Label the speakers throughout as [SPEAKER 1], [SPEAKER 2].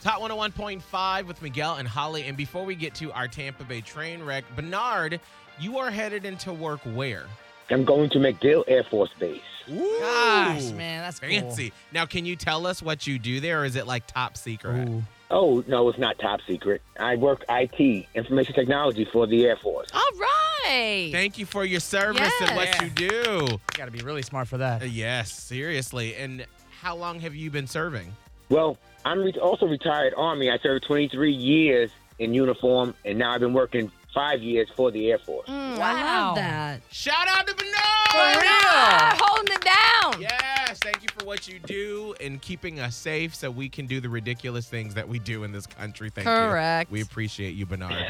[SPEAKER 1] Top 101.5 with Miguel and Holly. And before we get to our Tampa Bay train wreck, Bernard, you are headed into work where?
[SPEAKER 2] I'm going to MacDill Air Force Base.
[SPEAKER 1] Ooh,
[SPEAKER 3] Gosh, man, that's cool.
[SPEAKER 1] fancy. Now, can you tell us what you do there, or is it like top secret?
[SPEAKER 3] Ooh.
[SPEAKER 2] Oh no, it's not top secret. I work IT, information technology for the Air Force.
[SPEAKER 3] All right.
[SPEAKER 1] Thank you for your service and what
[SPEAKER 3] Yes.
[SPEAKER 1] you do.
[SPEAKER 3] got to be really smart for
[SPEAKER 1] Uh,
[SPEAKER 3] that.
[SPEAKER 1] Yes, seriously. And how long have you been serving?
[SPEAKER 2] Well, I'm re- also retired Army. I served 23 years in uniform, and now I've been working five years for the Air Force.
[SPEAKER 3] Mm,
[SPEAKER 4] I love that.
[SPEAKER 1] Shout out to Bernard!
[SPEAKER 3] Ah, holding it down.
[SPEAKER 1] Yes, thank you for what you do and keeping us safe so we can do the ridiculous things that we do in this country. Thank
[SPEAKER 3] Correct.
[SPEAKER 1] you. We appreciate you, Bernard.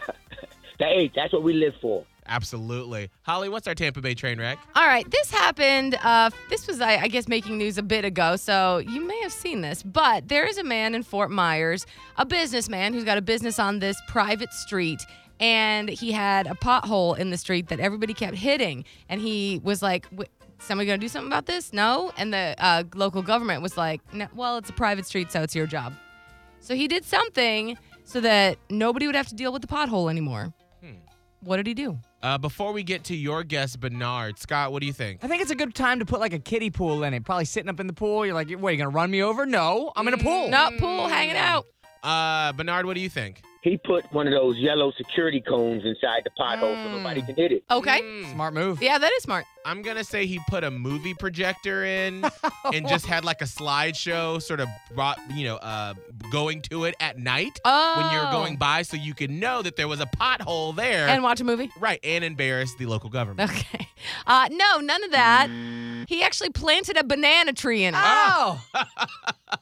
[SPEAKER 2] That- hey, that's what we live for.
[SPEAKER 1] Absolutely. Holly, what's our Tampa Bay train wreck?
[SPEAKER 3] All right, this happened. Uh, this was, I, I guess, making news a bit ago, so you may have seen this. But there is a man in Fort Myers, a businessman who's got a business on this private street, and he had a pothole in the street that everybody kept hitting. And he was like, "W- Somebody gonna do something about this? No. And the uh, local government was like, no, Well, it's a private street, so it's your job. So he did something so that nobody would have to deal with the pothole anymore. What did he do?
[SPEAKER 1] Uh, before we get to your guest, Bernard, Scott, what do you think?
[SPEAKER 5] I think it's a good time to put like a kiddie pool in it. Probably sitting up in the pool. You're like, what, you gonna run me over? No, I'm in a pool.
[SPEAKER 3] Not pool, hanging out.
[SPEAKER 1] Uh, Bernard, what do you think?
[SPEAKER 2] He put one of those yellow security cones inside the pothole so nobody can hit it.
[SPEAKER 3] Okay.
[SPEAKER 5] Smart move.
[SPEAKER 3] Yeah, that is smart.
[SPEAKER 1] I'm going to say he put a movie projector in and just had like a slideshow sort of brought, you know, uh, going to it at night
[SPEAKER 3] Oh.
[SPEAKER 1] when you're going by so you could know that there was a pothole there.
[SPEAKER 3] And watch a movie?
[SPEAKER 1] right, and embarrass the local government.
[SPEAKER 3] Okay. Uh, no, none of that.
[SPEAKER 1] Mm.
[SPEAKER 3] He actually planted a banana tree in it.
[SPEAKER 5] Oh, I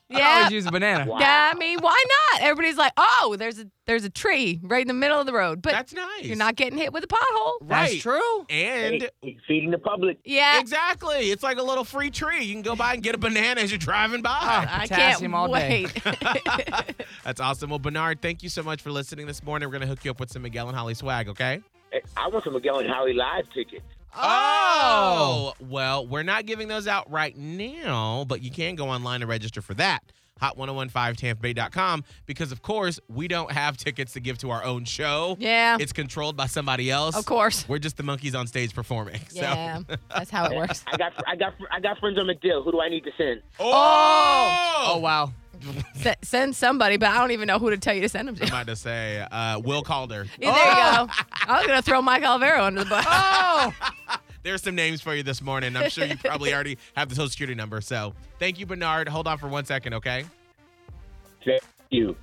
[SPEAKER 3] yeah.
[SPEAKER 5] always use a banana.
[SPEAKER 2] Wow.
[SPEAKER 3] Yeah, I mean, why not? Everybody's like, oh, there's a there's a tree right in the middle of the road, but
[SPEAKER 1] That's nice.
[SPEAKER 3] you're not getting hit with a pothole.
[SPEAKER 1] right.
[SPEAKER 5] That's true.
[SPEAKER 1] And e
[SPEAKER 2] Hey, feeding the public.
[SPEAKER 3] Yeah,
[SPEAKER 1] exactly, it's like a little free tree. You can go by and get a banana as you're driving by.
[SPEAKER 3] I can't
[SPEAKER 5] Ah, Potassium all day.
[SPEAKER 3] wait.
[SPEAKER 1] That's awesome. Well, Bernard, thank you so much for listening this morning. We're going to hook you up with some Miguel and Holly swag, okay?
[SPEAKER 2] Hey, Eh, I want some Miguel and Holly live tickets.
[SPEAKER 1] Oh! Well, we're not giving those out right now, but you can go online and register for that. Hot1015tampabay.com because, of course, we don't have tickets to give to our own show.
[SPEAKER 3] yeah,
[SPEAKER 1] It's controlled by somebody else.
[SPEAKER 3] of course.
[SPEAKER 1] We're just the monkeys on stage performing.
[SPEAKER 3] Yeah,
[SPEAKER 1] So.
[SPEAKER 3] that's how it works.
[SPEAKER 2] I got, I got, I got friends on MacDill. Who do I need to send?
[SPEAKER 1] Oh!
[SPEAKER 5] Oh wow.
[SPEAKER 3] S- send somebody, but I don't even know who to tell you to send them to.
[SPEAKER 1] I'm about to say, uh, Will Calder.
[SPEAKER 3] Yeah, there
[SPEAKER 1] Oh.
[SPEAKER 3] you go. I was gonna throw Mike Olivero under the bus.
[SPEAKER 5] Oh,
[SPEAKER 1] There's some names for you this morning. I'm sure you probably already have the social security number. So thank you, Bernard. Hold on for one second, okay?
[SPEAKER 2] Thank you.